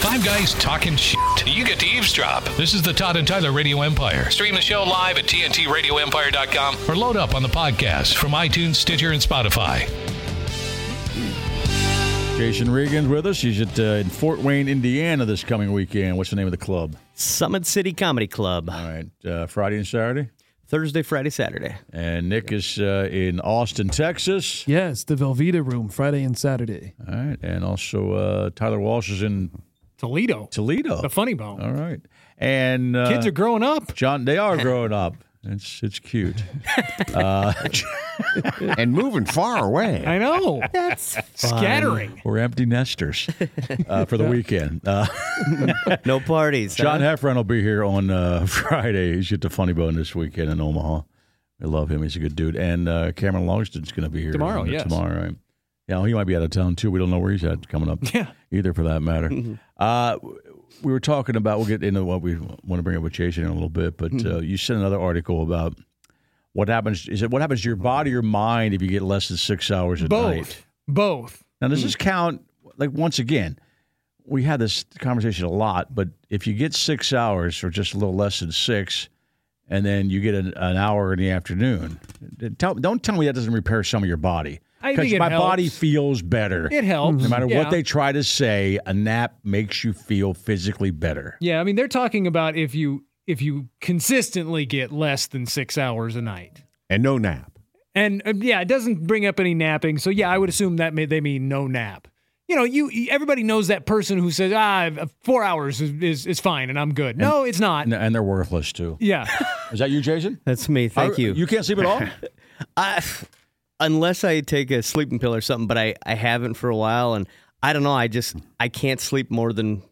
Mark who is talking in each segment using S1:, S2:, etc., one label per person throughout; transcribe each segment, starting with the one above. S1: Five guys talking shit. You get to eavesdrop. This is the Todd and Tyler Radio Empire. Stream the show live at TNTRadioEmpire.com or load up on the podcast from iTunes, Stitcher, and Spotify.
S2: Jason Regan's with us. He's at uh, in Fort Wayne, Indiana, this coming weekend. What's the name of the club?
S3: Summit City Comedy Club,
S2: All right, uh, Friday and Saturday.
S3: Thursday, Friday, Saturday.
S2: And Nick is uh, in Austin, Texas.
S4: Yes, the Velveeta Room, Friday and Saturday.
S2: All right, and also uh, Tyler Walsh is in
S5: Toledo.
S2: Toledo.
S5: The Funny Bone.
S2: All right, and uh,
S5: Kids are growing up.
S2: John. They are growing up. It's it's cute. Uh,
S6: and moving far away.
S5: I know. That's scattering.
S2: We're empty nesters uh, for the weekend. Uh,
S3: No parties.
S2: John
S3: huh?
S2: Heffron will be here on uh, Friday. He's at the Funny Bone this weekend in Omaha. I love him. He's a good dude. And uh, Cameron Longston's going to be here
S5: Tomorrow,
S2: uh,
S5: yes.
S2: Tomorrow, right? Yeah, he might be out of town too. We don't know where he's at coming up.
S5: Yeah. Mm-hmm.
S2: Either for that matter. uh, we were talking about. We'll get into what we want to bring up with Jason in a little bit, but uh,
S5: Mm-hmm.
S2: you sent another article about what happens. Is it what happens to your body or mind if you get less than six hours a
S5: Both.
S2: night?
S5: Both.
S2: Now,
S3: Hmm.
S2: does this count? Like, once again, we had this conversation a lot, but if you get six hours or just a little less than six, and then you get an, an hour in the afternoon, tell, don't tell me that doesn't repair some of your body.
S5: I think it
S2: my body
S5: helps.
S2: feels better.
S5: It helps.
S2: No matter
S5: Yeah.
S2: what they try to say, a nap makes you feel physically better.
S5: Yeah, I mean they're talking about if you if you consistently get less than six hours a night.
S6: And no nap.
S5: And uh, yeah, it doesn't bring up any napping. So yeah, I would assume that may, they mean no nap. You know, you everybody knows that person who says ah four hours is is, is fine and I'm good. no, it's not.
S2: And, and they're worthless too.
S5: Yeah,
S2: Is that you, Jason?
S3: That's me. Thank
S2: I-
S3: you.
S2: You can't sleep at all?
S3: I, unless I take a sleeping pill or something, but I, I haven't for a while, and I don't know. I just I can't sleep more than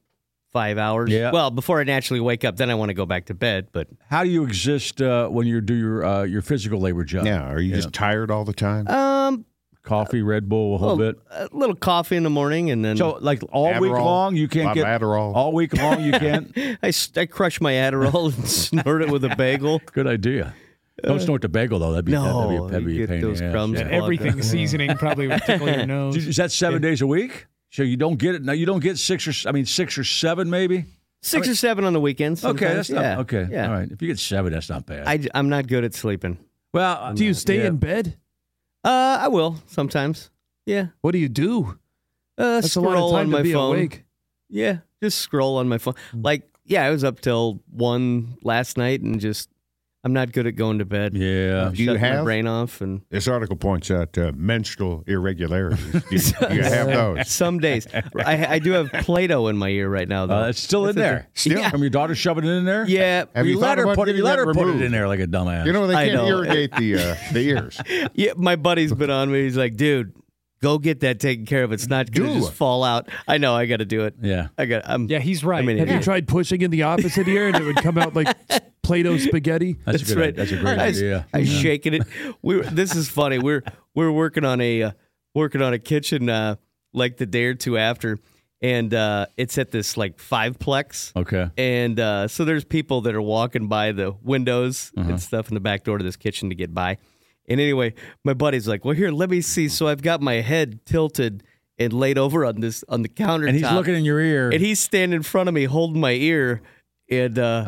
S3: five hours.
S2: Yeah.
S3: Well, before I naturally wake up, then I want to go back to bed. But
S2: How do you exist uh, when you do your uh, your physical labor job?
S6: Yeah. Are you just tired all the time?
S3: um,
S2: Coffee, Red Bull, a whole
S3: well,
S2: bit.
S3: a little coffee in the morning, and then
S2: So like all week
S6: Mm. Adderall,
S2: long you
S6: a
S2: can't
S6: lot
S2: get
S6: of Adderall.
S2: All week long you can't.
S3: I, s- I crush my Adderall and snort it with a bagel.
S2: Good idea. Don't snort the bagel though. That'd be
S3: No,
S2: that'd be, that'd be
S3: you
S2: a
S3: get
S2: pain in
S3: those
S2: the ass,
S3: crumbs.
S2: yeah.
S3: Well,
S5: everything seasoning probably would tickle your nose.
S2: Is that seven days a week? So you don't get it now. You don't get six or s- I mean six or seven maybe.
S3: Six or seven on the weekends.
S2: Okay,
S3: sometimes.
S2: that's not
S3: yeah.
S2: okay.
S3: Yeah.
S2: All right, if you get seven, that's not bad.
S3: I, j- I'm not good at sleeping.
S2: well,
S4: Do you stay
S2: yeah.
S4: in bed?
S3: Uh, I will sometimes. Yeah.
S4: What do you do?
S3: Uh,
S4: That's a lot
S3: scroll
S4: of time
S3: on my
S4: to be
S3: phone.
S4: awake. Mm.
S3: Yeah, just scroll on my phone. Like, yeah, I was up till one last night, and just I'm not good at going to bed.
S2: Yeah.
S6: Do you
S3: Shut my
S6: have-
S3: brain off, and
S6: This article points out uh, menstrual irregularities. Do you, do you have those?
S3: some days I, I do have Play-Doh in my ear right
S4: Oh,
S3: now, though.
S2: Uh, it's still in there.
S6: Still?
S2: From your daughter shoving it in there.
S3: yeah,
S6: Have
S2: You
S6: you
S2: let
S6: thought
S2: her
S6: about
S2: put it. You
S6: getting
S2: let
S6: that
S2: her put it
S6: removed?
S2: in there like a dumbass.
S6: You know they
S3: I
S6: can't
S3: know.
S6: irrigate the uh, the ears.
S3: yeah. My buddy's been on me. He's like, dude, go get that taken care of. It's not gonna
S6: Do
S3: just
S6: it.
S3: fall out. I know. I got to do it.
S2: yeah.
S3: I got. I'm.
S5: Yeah, he's right.
S3: I mean,
S4: Have
S3: yeah.
S4: you tried pushing in the opposite ear and it would come out like Play-Doh spaghetti?
S2: That's, a
S3: That's
S2: good,
S3: right.
S2: That's a great
S3: I, was-
S2: idea.
S3: I was shaking it. We were, this is funny. We're we're working on a uh, working on a kitchen uh, like the day or two after, and uh, it's at this like five plex,
S2: Okay.
S3: and uh, so there's people that are walking by the windows
S2: Uh-huh.
S3: and stuff in the back door to this kitchen to get by. And anyway, my buddy's like, "Well, here, let me see." So I've got my head tilted and laid over on this on the countertop,
S2: And he's looking in your ear.
S3: and he's standing in front of me holding my ear, and uh,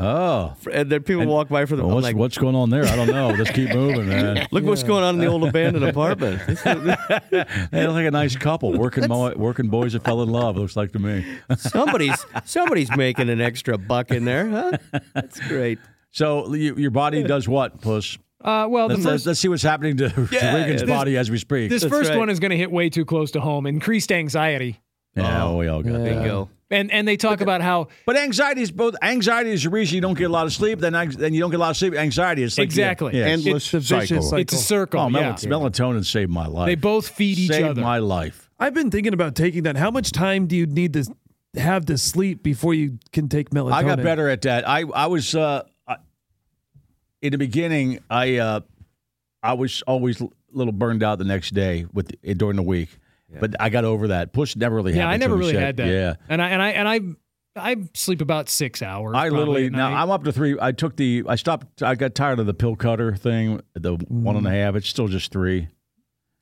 S2: oh.
S3: and then people walk by for the. I'm
S2: What's,
S3: like,
S2: what's going on there? I don't know. Let's keep moving, man.
S3: Look what's going on in the old abandoned apartment.
S2: They look like a nice couple. Working mo- working boys that fell in love looks like to me.
S3: somebody's somebody's making an extra buck in there, huh? That's great.
S2: So you, your body does what, Puss?
S5: Uh, well, the
S2: Let's, let's,
S5: first
S2: let's see what's happening to, to
S3: Yeah,
S2: Regan's
S3: yeah.
S2: body as we speak.
S5: this
S3: That's
S5: first
S3: right.
S5: one is going to hit way too close to home. Increased anxiety.
S3: Oh.
S2: yeah, we all got
S4: Yeah.
S2: that.
S3: Bingo.
S5: And and they talk about how
S2: But anxiety is both. Anxiety is the reason you don't get a lot of sleep. Then anx- then you don't get a lot of sleep. Anxiety is like
S5: Exactly.
S2: Yeah, yeah.
S5: And-
S6: Endless
S4: the
S6: cycle.
S4: vicious cycle.
S5: it's a circle.
S2: oh, mel-
S5: yeah.
S2: melatonin saved my life.
S5: They both feed each
S2: saved
S5: other.
S2: my life.
S4: I've been thinking about taking that. How much time do you need to have to sleep before you can take melatonin?
S2: I got better at that. I I was uh, I, in the beginning. I uh, I was always a little burned out the next day with during the week, but I got over that. Push never really.
S5: yeah, I
S2: happened to
S5: never
S2: me,
S5: really
S2: so-
S5: had that.
S2: Yeah.
S5: And I and I and I I sleep about six hours.
S2: I
S5: probably
S2: literally
S5: at
S2: now
S5: night.
S2: I'm up to three. I took the I stopped. I got tired of the pill cutter thing. The one
S6: Mm.
S2: and a half. It's still just three,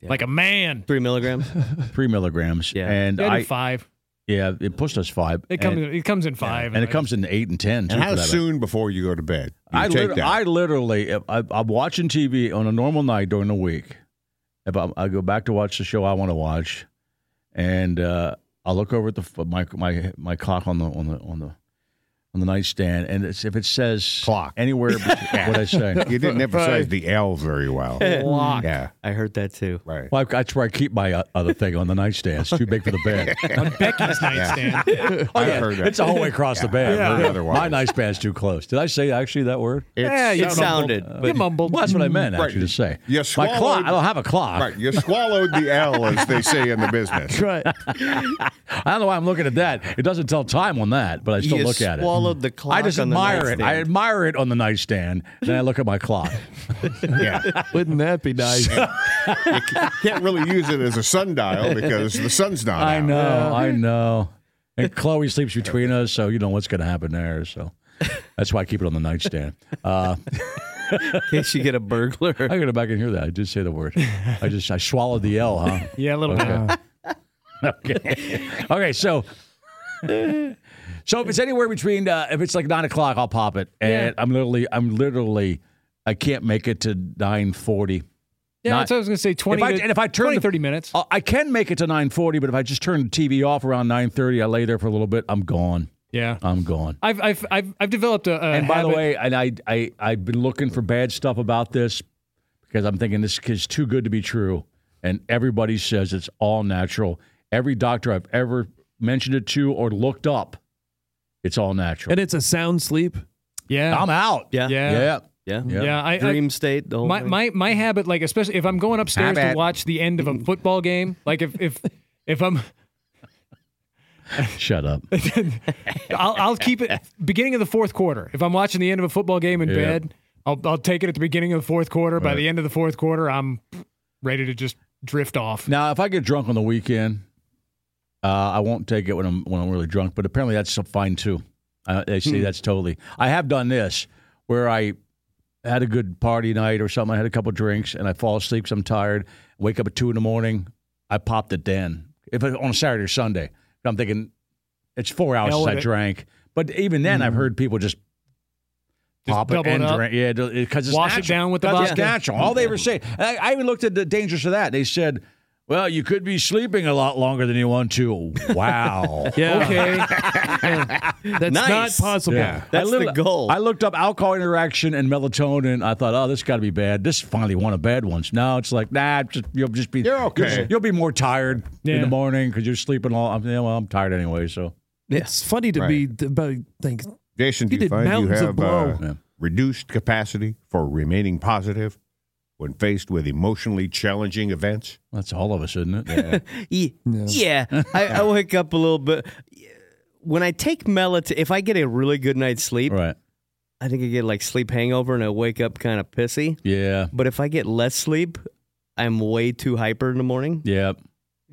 S5: like a man.
S3: Three milligrams.
S2: three milligrams.
S3: Yeah.
S2: and
S5: Yeah, I
S2: I
S5: do five.
S2: yeah it pushed us five. and,
S5: It comes. it comes in five.
S2: and it comes in eight and ten. too,
S6: And
S2: for
S6: how
S2: that matter.
S6: soon before you go to bed? You
S2: I,
S6: take
S2: lit-
S6: that.
S2: I literally, if I, I'm watching TV on a normal night during the week. If I, I go back to watch the show I want to watch, and uh, I look over at the f- my my my clock on the on the on the on the nightstand, and it's, if it says
S6: Clock.
S2: anywhere, what I say,
S6: you didn't emphasize the L very well.
S5: Lock.
S6: Yeah,
S3: I heard that too.
S6: right.
S2: well, I, that's where I keep my uh, other thing on the nightstand. It's too big for the bed.
S5: on Becky's nightstand.
S6: I heard that.
S2: It's a whole way across the bed.
S6: Yeah.
S2: really.
S6: Otherwise.
S2: My nightstand's too close. Did I say actually that word?
S5: yeah, you
S3: It sounded.
S5: You mumbled.
S2: Well, that's what I meant
S6: Mm, Right.
S2: actually to say.
S6: You
S2: my clock.
S6: swallowed-
S2: I don't have a clock.
S6: Right, you swallowed the L, as they say in the business.
S4: Right.
S2: I don't know why I'm looking at that. It doesn't tell time on that, but I still
S3: you
S2: look at it.
S3: swallowed the clock.
S2: I just
S3: on the
S2: admire it. I
S3: nightstand.
S2: admire it on the nightstand. Then I look at my clock.
S6: Yeah,
S4: Wouldn't that be nice?
S6: can't really use it as a sundial because the sun's not
S2: I
S6: out.
S2: know, I know. And Chloe sleeps between us, so you know what's going to happen there. So that's why I keep it on the nightstand. Uh,
S3: In case you get a burglar.
S2: I got to back and hear that. I did say the word. I just I swallowed the L, huh?
S5: Yeah, a little bit.
S2: Okay. Okay. So. So if it's anywhere between, uh, if it's like nine o'clock, I'll pop it, and I'm literally, I'm literally, I can't make it to nine forty.
S5: Yeah,
S2: Not-
S5: that's what I was gonna say. Twenty.
S2: If I-
S5: to-
S2: and if I turn
S5: 20,
S2: the-
S5: 30 minutes.
S2: Uh, I can make it to 9:40, but if I just turn the TV off around 9:30, I lay there for a little bit. I'm gone.
S5: yeah.
S2: I'm gone.
S5: I've I've I've, I've developed a, a
S2: Uh, and by the
S5: habit-
S2: way, and I I I've been looking for bad stuff about this because I'm thinking this is too good to be true, and everybody says it's all natural. Every doctor I've ever mentioned it to or looked up, it's all natural.
S4: and it's a sound sleep.
S5: yeah,
S2: I'm out.
S3: Yeah.
S5: yeah,
S2: Yeah.
S3: Yeah.
S2: Yeah.
S5: yeah, I, I
S3: Dream state. The whole
S5: my,
S3: thing.
S5: my my habit, like especially if I'm going upstairs to
S6: Habit.
S5: watch the end of a football game, like if if if I'm
S2: Shut up.
S5: I'll, I'll keep it beginning of the fourth quarter. If I'm watching the end of a football game in
S2: Yeah.
S5: bed, I'll, I'll take it at the beginning of the fourth quarter. By the end of the fourth quarter, I'm ready to just drift off.
S2: Now, if I get drunk on the weekend, uh, I won't take it when I'm when I'm really drunk. But apparently, that's fine too. Uh, they
S5: Hmm.
S2: say that's totally. I have done this where I had a good party night or something. I had a couple drinks and I fall asleep. 'cause I'm tired. Wake up at two in the morning. I popped it then. If it, on a Saturday or Sunday, But I'm thinking it's four hours
S5: Hell
S2: since
S5: with
S2: I
S5: it. Hmm.
S2: drank. But even then, I've heard people just.
S5: Just
S2: Pop it
S5: double it
S2: and
S5: up.
S2: drink, yeah, because it's
S5: Wash it
S2: natural.
S5: down with the
S2: 'Cause it's
S5: vodka.
S2: natural. All they were saying, and I, I even looked at the dangers of that. They said, well, you could be sleeping a lot longer than you want to. Wow.
S4: Yeah.
S5: Okay,
S4: That's
S3: Nice.
S4: not possible.
S2: Yeah.
S3: That's
S2: I lit-
S3: the goal.
S2: I looked up alcohol interaction and melatonin. I thought, oh, this got to be bad. This finally won a bad once. Now it's like, nah, just, you'll just be
S6: You're
S2: you'll
S6: okay.
S2: just- You'll, be more tired in
S5: Yeah.
S2: the morning because you're sleeping all. I'm, yeah, well, I'm tired anyway. So
S4: It's funny to
S6: Right.
S4: me th- about things.
S6: Jason, do
S4: You did
S6: you, find you
S4: mountains of
S6: have
S4: blow.
S6: uh,
S2: Yeah.
S6: reduced capacity for remaining positive when faced with emotionally challenging events?
S2: that's all of us, isn't it?
S3: Ye- Yeah. I, I wake up a little bit. When I take melatonin, if I get a really good night's sleep,
S2: Right.
S3: I think I get like sleep hangover and I wake up kind of pissy.
S2: Yeah.
S3: But if I get less sleep, I'm way too hyper in the morning.
S2: Yeah.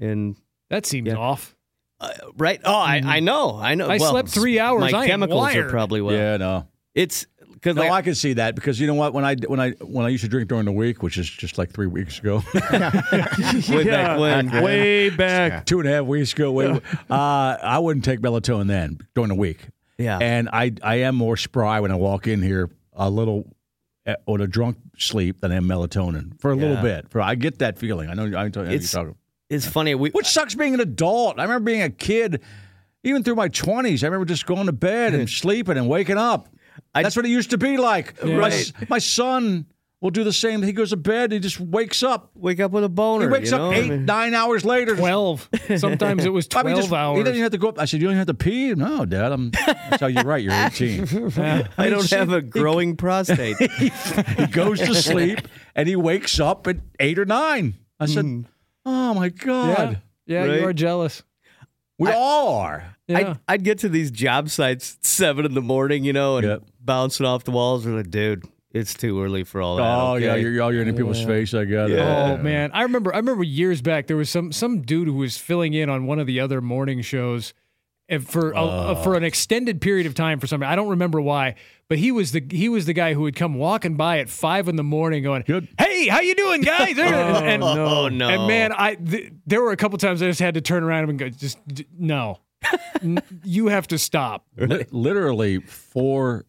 S3: And
S5: that seems
S3: Yeah.
S5: off.
S3: uh, right, oh, I, I know, I know.
S5: I
S3: Well,
S5: slept three hours.
S3: My
S5: I am
S3: chemicals
S5: wired.
S3: are probably well.
S2: Yeah. No.
S3: It's because
S2: No,
S3: like,
S2: I can see that because you know what? When I when I when I used to drink during the week, which is just like three weeks ago,
S3: way back when.
S4: Way back.
S2: two and a half weeks ago, way, uh, I wouldn't take melatonin then during the week.
S3: Yeah.
S2: and I I am more spry when I walk in here a little uh, on a drunk sleep than I am melatonin for a little
S3: Yeah.
S2: bit. For I get that feeling. I know I know you're
S3: It's-
S2: talking.
S3: It's funny. We,
S2: Which sucks being an adult. I remember being a kid, even through my twenties. I remember just going to bed and sleeping and waking up.
S3: I-
S2: That's what it used to be like. My, s- my son will do the same. He goes to bed, he just wakes up.
S3: Wake up with a boner.
S2: He wakes
S3: you
S2: up
S3: know?
S2: eight,
S3: I mean,
S2: nine hours later. just-
S5: Twelve. Sometimes it was
S2: I
S5: twelve
S2: mean, just, He doesn't
S5: hours.
S2: even have to go up. I said, "You don't have to pee." No, Dad. I'm. That's how you're right. You're 18.
S3: I don't have a growing prostate.
S2: he goes to sleep and he wakes up at eight or nine. I said,
S3: Hmm.
S2: "Oh my God,
S5: Yeah, yeah
S3: Right?
S5: you are jealous.
S2: we all are."
S5: Yeah.
S3: I'd, I'd get to these job sites at seven in the morning, you know, and
S2: Yep.
S3: bouncing off the walls. We're like, dude, it's too early for all that.
S2: Oh
S3: okay?
S2: yeah, you're all you're in people's face. I got it.
S3: Yeah.
S5: Oh man, I remember. I remember years back there was some some dude who was filling in on one of the other morning shows, and for a- a, for an extended period of time for some. I don't remember why, but he was the he was the guy who would come walking by at five in the morning, going, "Hey, how you doing, guys?" and,
S3: no. Oh, no.
S5: and man, I th- there were a couple times I just had to turn around and go, "Just d- no, N- you have to stop."
S2: Li- literally four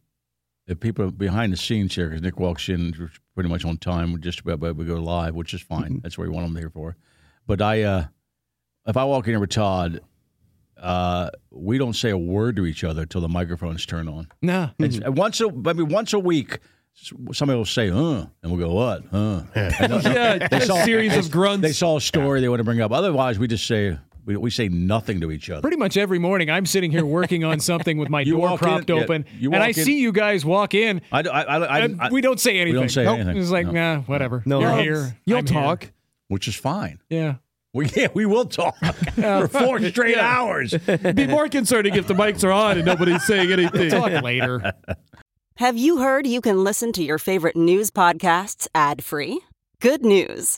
S2: the people behind the scenes here because Nick walks in we're pretty much on time. We're just about about we go live, which is
S5: Mm-hmm.
S2: fine. That's what we want them here for. But I, uh, if I walk in here with Todd, uh, we don't say a word to each other till the microphones turn on.
S5: No,
S2: It's uh, once a maybe once a week. s- Somebody will say, "Huh," and we'll go, "What?" Huh?
S4: Yeah, a series of grunts.
S2: They saw a story they want to bring up. Otherwise, we just say we, we say nothing to each other.
S5: pretty much every morning I'm sitting here working on something with my
S2: You
S5: door
S2: walk in-
S5: propped
S2: yeah,
S5: open,
S2: you
S5: and I
S2: walk in-
S5: see you guys walk in.
S2: I, d- I- I- I-
S5: And
S2: I-
S5: we don't say anything.
S2: say anything.
S5: It's like,
S2: No.
S5: nah, whatever.
S3: No.
S5: You're
S3: Well,
S5: here.
S4: You'll
S5: I'm here.
S4: talk.
S2: which is fine.
S5: Yeah.
S2: We yeah, we will talk for four straight hours.
S4: It'd be more concerning if the mics are on and nobody's saying anything.
S5: Talk later.
S7: Have you heard you can listen to your favorite news podcasts ad free? Good news!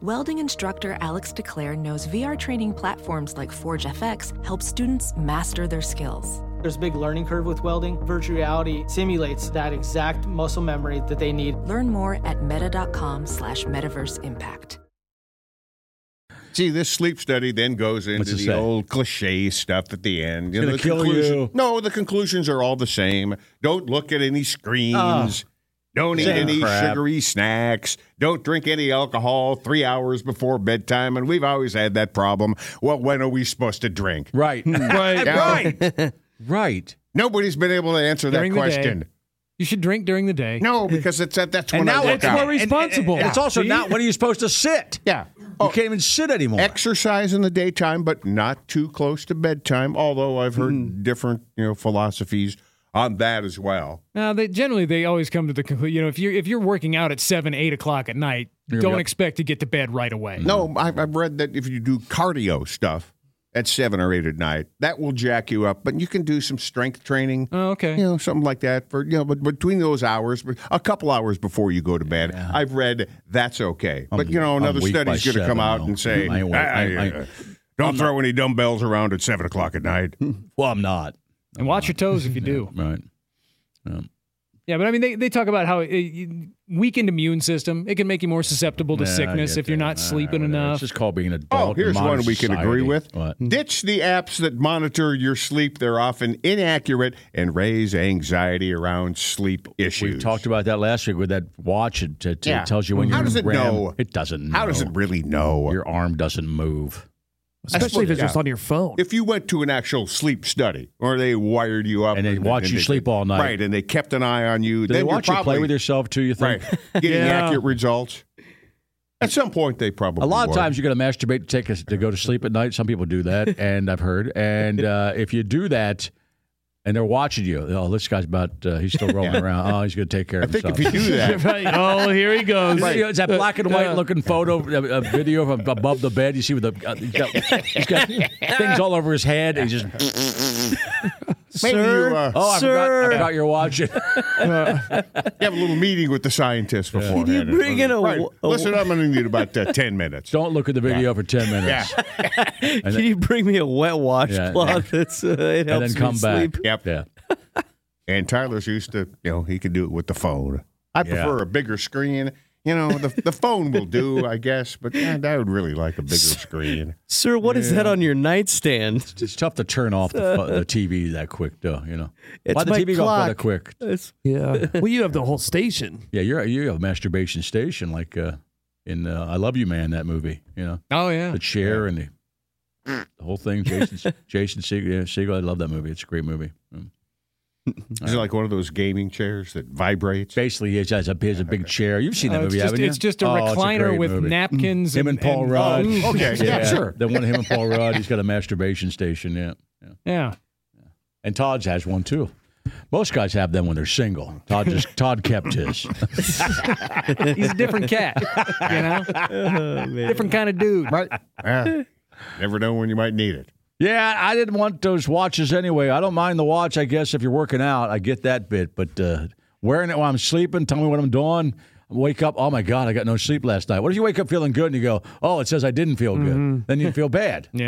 S8: Welding instructor Alex DeClaire knows VR training platforms like Forge FX help students master their skills.
S9: There's a big learning curve with welding. Virtual reality simulates that exact muscle memory that they need.
S8: Learn more at meta.com slash metaverse impact.
S6: See, this sleep study then goes into
S2: it
S6: the
S2: say?
S6: old cliche stuff at the end.
S2: gonna
S6: the
S2: kill
S6: conclusion-
S2: you.
S6: No, the conclusions are all the same. Don't look at any screens. Don't eat
S2: Same
S6: any
S2: crap.
S6: sugary snacks. Don't drink any alcohol three hours before bedtime. And we've always had that problem. Well, when are we supposed to drink?
S2: Right,
S4: Right.
S6: Right.
S2: right.
S6: Nobody's been able to answer
S5: During
S6: that
S5: the day.
S6: question.
S5: You should drink during the day.
S6: No, because it's at, that's when I work
S4: it's
S6: out.
S4: more responsible.
S2: And, and it's also
S4: See?
S2: not when are you supposed to sit?
S6: yeah. Oh,
S2: You can't even sit anymore.
S6: exercise in the daytime, but not too close to bedtime. Although I've heard
S2: Mm-hmm.
S6: different, you know, philosophies on that as well.
S5: Now they generally they always come to the conclusion. You know, if you're if you're working out at seven, eight o'clock at night, don't expect to get to bed right
S2: Mm.
S5: away.
S2: Mm-hmm.
S6: No, I, I've read that if you do cardio stuff at seven or eight at night, that will jack you up. But you can do some strength training.
S5: Oh, okay.
S6: You know, something like that for you know, but between those hours, but a couple hours before you go to bed, I've read that's okay. but you know,
S2: I'm
S6: another
S2: weak by
S6: study's going to
S2: seven,
S6: come out
S2: though.
S6: and say,
S2: I ain't wa- I-
S6: "Ah,
S2: I-
S6: uh, don't throw any dumbbells around at seven o'clock at night.
S2: Well, I'm not.
S5: And watch your toes if you do.
S2: Right.
S5: Yeah, but I mean, they, they talk about how it, it- weakened immune system it can make you more susceptible to
S2: Yeah, I
S5: sickness
S2: get
S5: if you're
S2: that.
S5: not
S2: All right,
S5: sleeping
S2: whatever. It's
S5: enough.
S2: just called being an adult.
S6: Oh,
S2: in
S6: here's
S2: modern
S6: one we can
S2: society.
S6: agree with.
S2: What?
S6: Ditch the apps that monitor your sleep. They're often inaccurate and raise anxiety around sleep issues.
S2: We talked about that last week with that watch. It, it, it
S6: Yeah.
S2: tells you when
S6: How
S2: you're
S6: does
S2: in
S6: it
S2: REM.
S6: know?
S2: It doesn't.
S6: How does
S2: know.
S6: it really know?
S2: Your arm doesn't move.
S4: Especially if it's just on your phone.
S6: if you went to an actual sleep study or they wired you up
S2: And they watch you sleep all night.
S6: Right, and they kept an eye on you.
S2: Do
S6: then
S2: they
S6: you're
S2: watch you play
S6: probably-
S2: with yourself too? You
S6: Right.
S2: think?
S6: Getting
S4: Yeah.
S6: accurate results. At some point they probably
S2: A lot of
S6: would.
S2: times you're going to masturbate to take us to go to sleep at night. Some people do that, and I've heard. And uh, if you do that, and they're watching you, oh, this guy's about uh, he's still rolling around. Oh, he's going to take care
S6: I
S2: of
S6: think
S2: himself.
S6: if you do that
S4: Right. Oh, here he goes.
S2: You know, it's that black and white looking photo, a, video from above the bed. You see with the uh, he's got- he's got things all over his head. And he's just
S6: maybe
S3: Sir?
S6: you, uh,
S2: oh, I
S3: Sir.
S2: forgot, I forgot you're watching.
S6: you have a little meeting with the scientists before.
S3: Can you bring in a,
S6: Right.
S3: wa- a-
S6: Listen, I'm going to need about uh, ten minutes.
S2: Don't look at the video for ten minutes.
S3: Can you bring me a wet washcloth? That's uh, it
S2: And then
S3: helps me
S2: come back.
S3: sleep.
S6: Yep.
S2: Yeah.
S6: And Tyler's used to, you know, he could do it with the phone. I prefer a bigger screen you know, the, the phone will do, I guess, but eh, I would really like a bigger screen.
S3: Sir, what is that on your nightstand?
S2: It's tough to turn off the, fu- the TV that quick, though. You know,
S3: It's
S2: why the
S3: my
S2: TV go off that
S3: clock.
S2: quick?
S3: It's-
S4: Yeah. well, you have the whole station.
S2: Yeah, you're you have a masturbation station like uh, in uh, I Love You Man that movie. You know,
S5: Oh yeah.
S2: the chair and the, the whole thing. Jason Jason Segel, yeah, Segel, I love that movie. It's a great movie. Mm.
S6: Is it like one of those gaming chairs that vibrates?
S2: Basically, he has a he has a big chair. You've seen that
S5: Uh, it's,
S2: movie,
S5: just,
S2: haven't you?
S5: it's just a
S2: Oh, it's
S5: recliner
S2: great
S5: with
S2: movie.
S5: napkins.
S2: Him and Paul Rudd.
S5: Oh,
S6: Okay, yeah, sure.
S2: The one him and Paul Rudd. He's got a masturbation station. Yeah, yeah.
S5: Yeah.
S2: And Todd's has one too. Most guys have them when they're single. Todd just Todd kept his.
S5: He's a different cat. You know?
S3: oh,
S5: different kind of dude.
S6: Right. Yeah. Never know when you might need it.
S2: Yeah, I didn't want those watches anyway. I don't mind the watch, I guess, if you're working out. I get that bit, but uh, wearing it while I'm sleeping, tell me what I'm doing. I wake up, oh my God, I got no sleep last night. What if you wake up feeling good and you go, oh, it says I didn't feel good? Then you feel bad.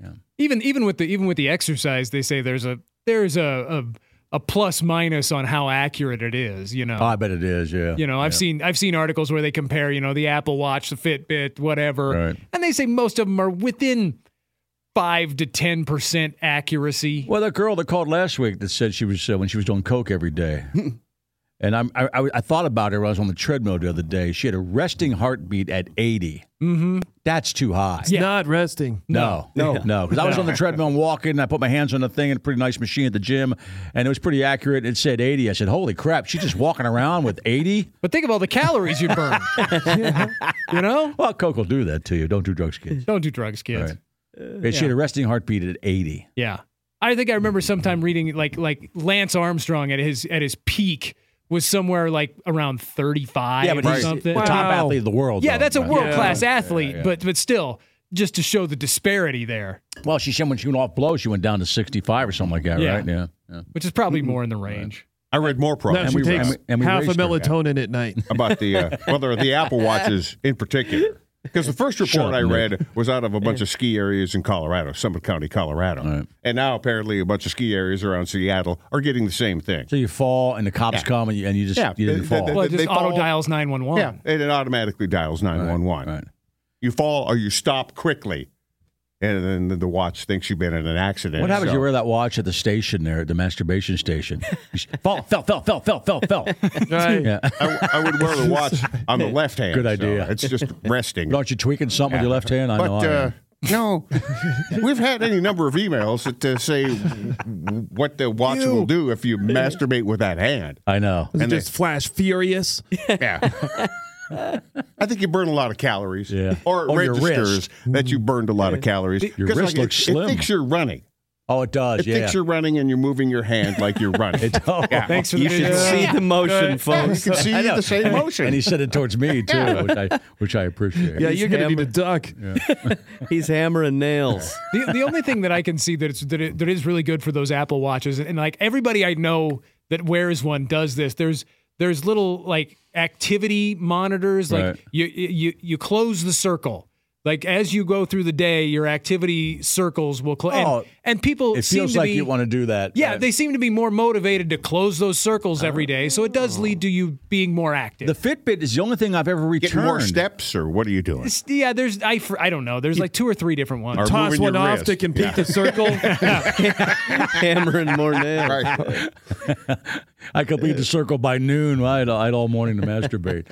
S5: Yeah. Even even with the even with the exercise, they say there's a there's a a, a plus minus on how accurate it is. You know.
S2: Oh, I bet it is, yeah.
S5: you know, I've seen I've seen articles where they compare, you know, the Apple Watch, the Fitbit, whatever,
S2: Right.
S5: and they say most of them are within five to ten percent accuracy.
S2: Well, that girl that called last week that said she was uh, when she was doing coke every day, and I'm, I, I I thought about her when I was on the treadmill the other day. She had a resting heartbeat at 80. Mm-hmm. That's too high.
S4: It's not resting.
S2: No, no, no. Because I was on the treadmill and walking, and I put my hands on the thing, and a pretty nice machine at the gym, and it was pretty accurate. It said 80. I said, "Holy crap!" She's just walking around with 80.
S5: But think of all the calories you burn. You know?
S2: Well, coke will do that to you. Don't do drugs, kids.
S5: Don't do drugs, kids.
S2: Right. And She had a resting heartbeat at 80.
S5: Yeah. I think I remember sometime reading like like Lance Armstrong at his at his peak was somewhere like around 35
S2: yeah,
S5: or
S2: but he's
S5: something.
S2: the top
S4: Wow.
S2: athlete of the world.
S5: Yeah,
S2: though.
S5: that's a
S2: Right.
S5: world class
S4: Yeah.
S5: athlete, but but still just to show the disparity there,
S2: Well, she said when she went off blow, she went down to 65 or something like that,
S5: Yeah.
S2: right? Yeah. yeah.
S5: which is probably
S6: Mm-hmm.
S5: more in the range.
S6: I read more
S4: No,
S6: problems.
S4: she
S2: we-
S4: takes
S2: and we- and we
S4: half a
S2: raised her.
S4: melatonin at night.
S6: about the uh, well, the, the Apple Watches in particular. Because the first report
S2: up,
S6: I
S2: Nick.
S6: read was out of a bunch of ski areas in Colorado, Summit County, Colorado,
S2: All right.
S6: and now apparently a bunch of ski areas around Seattle are getting the same thing.
S2: So you fall, and the cops come, and you, and you just
S6: Yeah.
S2: you didn't
S6: They-
S2: fall.
S6: they-
S5: Well, it
S6: they
S5: just auto
S6: fall-
S5: dials 911.
S6: Yeah, and it automatically dials nine one
S2: All
S6: one.
S2: right.
S6: You fall or you stop quickly, and then the- the watch thinks you've been in an accident.
S2: What happens?
S6: so-
S2: if You wear that watch at the station there, at the masturbation station. You sh- fall, fell, fell, fell, fell, fell, fell.
S4: Right.
S2: Yeah.
S6: I, I would wear the watch on the left hand.
S2: Good
S6: so
S2: idea.
S6: it's just resting.
S2: Aren't you tweaking something with your left hand? I know.
S6: but
S2: I
S6: uh,
S2: am.
S6: no, we've had any number of emails that uh, say what the watch will do if you masturbate with that hand.
S2: I know.
S4: Does it
S6: And they-
S4: just flash furious.
S6: Yeah. I think you burn a lot of calories.
S2: Yeah.
S6: Or it
S2: On your
S6: registers that you burned a lot of calories.
S2: Your
S6: 'Cause,
S2: wrist
S6: it-
S2: looks
S6: it,
S2: slim.
S6: thinks you're running.
S2: Oh, it does.
S6: It
S2: yeah.
S6: thinks you're running and you're moving your hand like you're running.
S2: It does.
S5: Thanks for the
S3: You should
S5: video.
S3: see the motion,
S6: Yeah, you
S3: folks.
S6: can see
S2: I know.
S6: the same motion.
S2: And he said it towards me too, which I which I appreciate.
S4: Yeah,
S3: He's
S4: you're going to need a
S3: hammered.
S4: duck.
S3: He's hammering nails.
S5: the, the only thing that I can see that it's that, it, that is really good for those Apple watches and, like everybody I know that wears one does this. There's there's little like activity monitors like
S2: Right.
S5: you you you close the circle. Like as you go through the day, your activity circles will close.
S2: Oh,
S5: and, and people
S2: It
S5: seem
S2: feels
S5: to
S2: like
S5: be,
S2: you want to do that.
S5: Yeah,
S2: Uh,
S5: they seem to be more motivated to close those circles every day. So it does lead to you being more active.
S2: the Fitbit is the only thing I've ever returned.
S6: Getting more steps, or what are you doing?
S5: It's- yeah, there's I, fr- I don't know. There's like two or three different ones.
S6: Or
S4: Toss
S6: moving
S4: one
S6: your
S4: off
S6: wrist.
S4: to complete the circle.
S3: hammering more nails.
S6: Right.
S2: I complete the circle by noon. Well, I had, I had all morning to masturbate.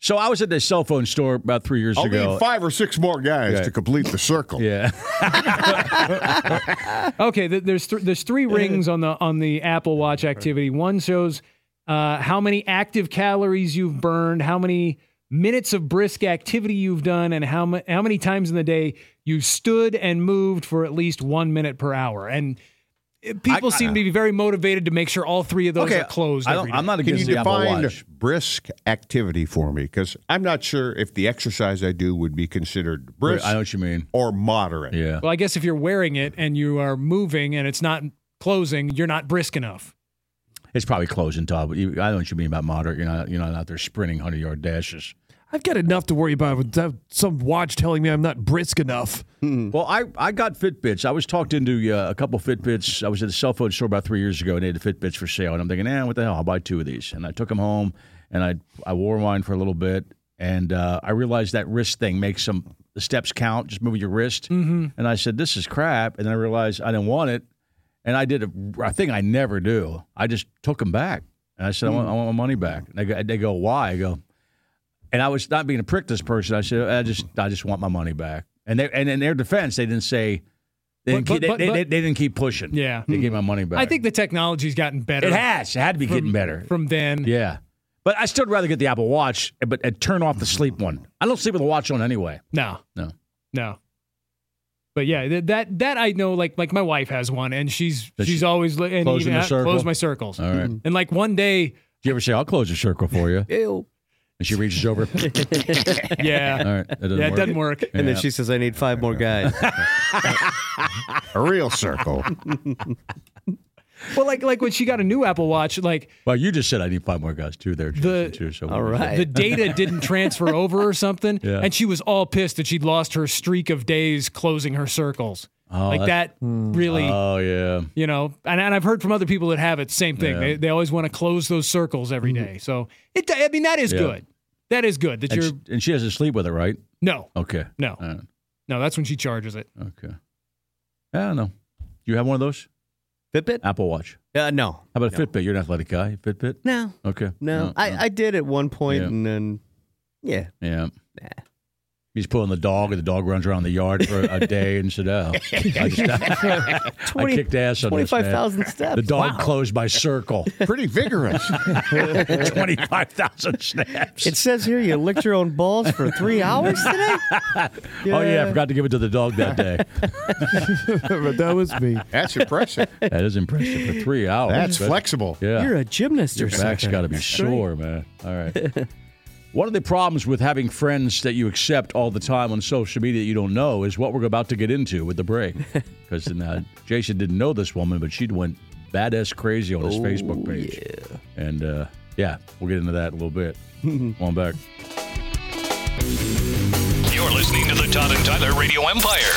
S2: So I was at this cell phone store about three years
S6: I'll
S2: ago.
S6: need five or six more guys to complete the circle.
S2: Yeah.
S5: Okay, th- there's th- there's three rings on the on the Apple Watch activity. One shows uh, how many active calories you've burned, how many minutes of brisk activity you've done, and how mu- how many times in the day you stood and moved for at least one minute per hour. And uh, people seem to be very motivated to make sure all three of those
S2: okay.
S5: are closed.
S2: I
S5: every
S2: don't,
S5: day.
S2: I'm not
S6: Can
S2: against
S6: you
S2: the Apple
S6: define
S2: Watch.
S6: brisk activity for me? Because I'm not sure if the exercise I do would be considered brisk
S2: I know what you mean.
S6: or moderate.
S2: Yeah.
S5: well, I guess if you're wearing it and you are moving and it's not closing, you're not brisk enough.
S2: It's probably closing, Todd. But you, I know what you mean about moderate. You're not, you're not out there sprinting hundred yard dashes.
S4: I've got enough to worry about with that- some watch telling me I'm not brisk enough.
S2: Well, I, I got Fitbits. I was talked into uh, a couple Fitbits. I was at a cell phone store about three years ago, and they had the Fitbits for sale. And I'm thinking, eh, what the hell? I'll buy two of these. And I took them home, and I I wore mine for a little bit, and uh, I realized that wrist thing makes some the steps count, just moving your wrist.
S5: Mhm.
S2: And I said, "This is crap," and I realized I didn't want it, and I did a, a thing I never do. I just took them back, and I said, "I want
S5: Hmm.
S2: I want my money back." And they go, they go, "Why?" I go, and I was not being a prick. to This person, I said, "I just I just want my money back." And they and in their defense, they didn't say. They didn't,
S5: But-
S2: keep,
S5: but-
S2: they,
S5: but-
S2: they, they didn't keep pushing.
S5: Yeah.
S2: They gave my money back.
S5: I think the technology's gotten better.
S2: It has. It had to be
S5: from-
S2: getting better.
S5: from then.
S2: yeah. But I still would rather get the Apple Watch, but and turn off the sleep one. I don't sleep with a watch on anyway.
S5: No,
S2: No.
S5: no. But yeah, th- that that I know. Like like my wife has one, and she's
S2: Does
S5: she's
S2: she-
S5: always li- and
S2: Closing the
S5: even, I
S2: circle?
S5: close my circles.
S2: All right. Do
S5: And like one day,
S2: you ever say, I'll close your circle for you?
S3: Ew.
S2: And she reaches over. All right.
S5: yeah,
S2: That doesn't
S5: yeah, it
S2: work.
S5: doesn't work.
S3: And then
S2: Yeah.
S3: she says, I need five more guys.
S6: A real circle.
S5: Well, like like when she got a new Apple Watch, like
S2: Well, you just said I need five more guys, too, there, Jason,
S5: The-
S2: too. So
S3: All right.
S5: the data didn't transfer over or something,
S2: Yeah.
S5: and she was all pissed that she'd lost her streak of days closing her circles.
S2: Oh,
S5: like that really,
S2: Oh, yeah.
S5: you know. And, and I've heard from other people that have it, same thing. They, they always want to close those circles every day. So it, I mean, that is
S2: Hmm. Yeah.
S5: good. That is good. That
S2: And
S5: you're
S2: she, and she doesn't sleep with it, right?
S5: no,
S2: Okay.
S5: no,
S2: All right.
S5: no. That's when she charges it.
S2: Okay. I don't know. You have one of those?
S3: Fitbit?
S2: Apple Watch.
S3: Uh, no.
S2: How about a Fitbit? You're an athletic guy. Fitbit?
S3: No.
S2: Okay.
S3: No. I, I did at one point
S2: Yeah.
S3: and then, yeah.
S2: Yeah. He's pulling the dog, and the dog runs around the yard for a day and said, "Oh, I, just, I
S3: 20
S2: kicked ass on this." man.
S3: 25,000 steps.
S2: The dog closed my circle.
S6: Pretty vigorous.
S2: Twenty-five thousand snaps.
S3: It says here you licked your own balls for three hours today?
S2: Oh yeah, I forgot to give it to the dog that day.
S4: but that was me.
S6: That's impressive.
S2: that is impressive for three hours.
S6: That's
S2: but-
S6: flexible.
S2: Yeah,
S3: You're a gymnast
S2: your
S3: or
S2: back's
S3: something.
S2: got to be sore, man. All right. One of the problems with having friends that you accept all the time on social media that you don't know is what we're about to get into with the break. Because uh, Jason didn't know this woman, but she'd went badass crazy on his Facebook page. And uh, yeah, we'll get into that in a little bit. Come on back.
S1: You're listening to the Todd and Tyler Radio Empire.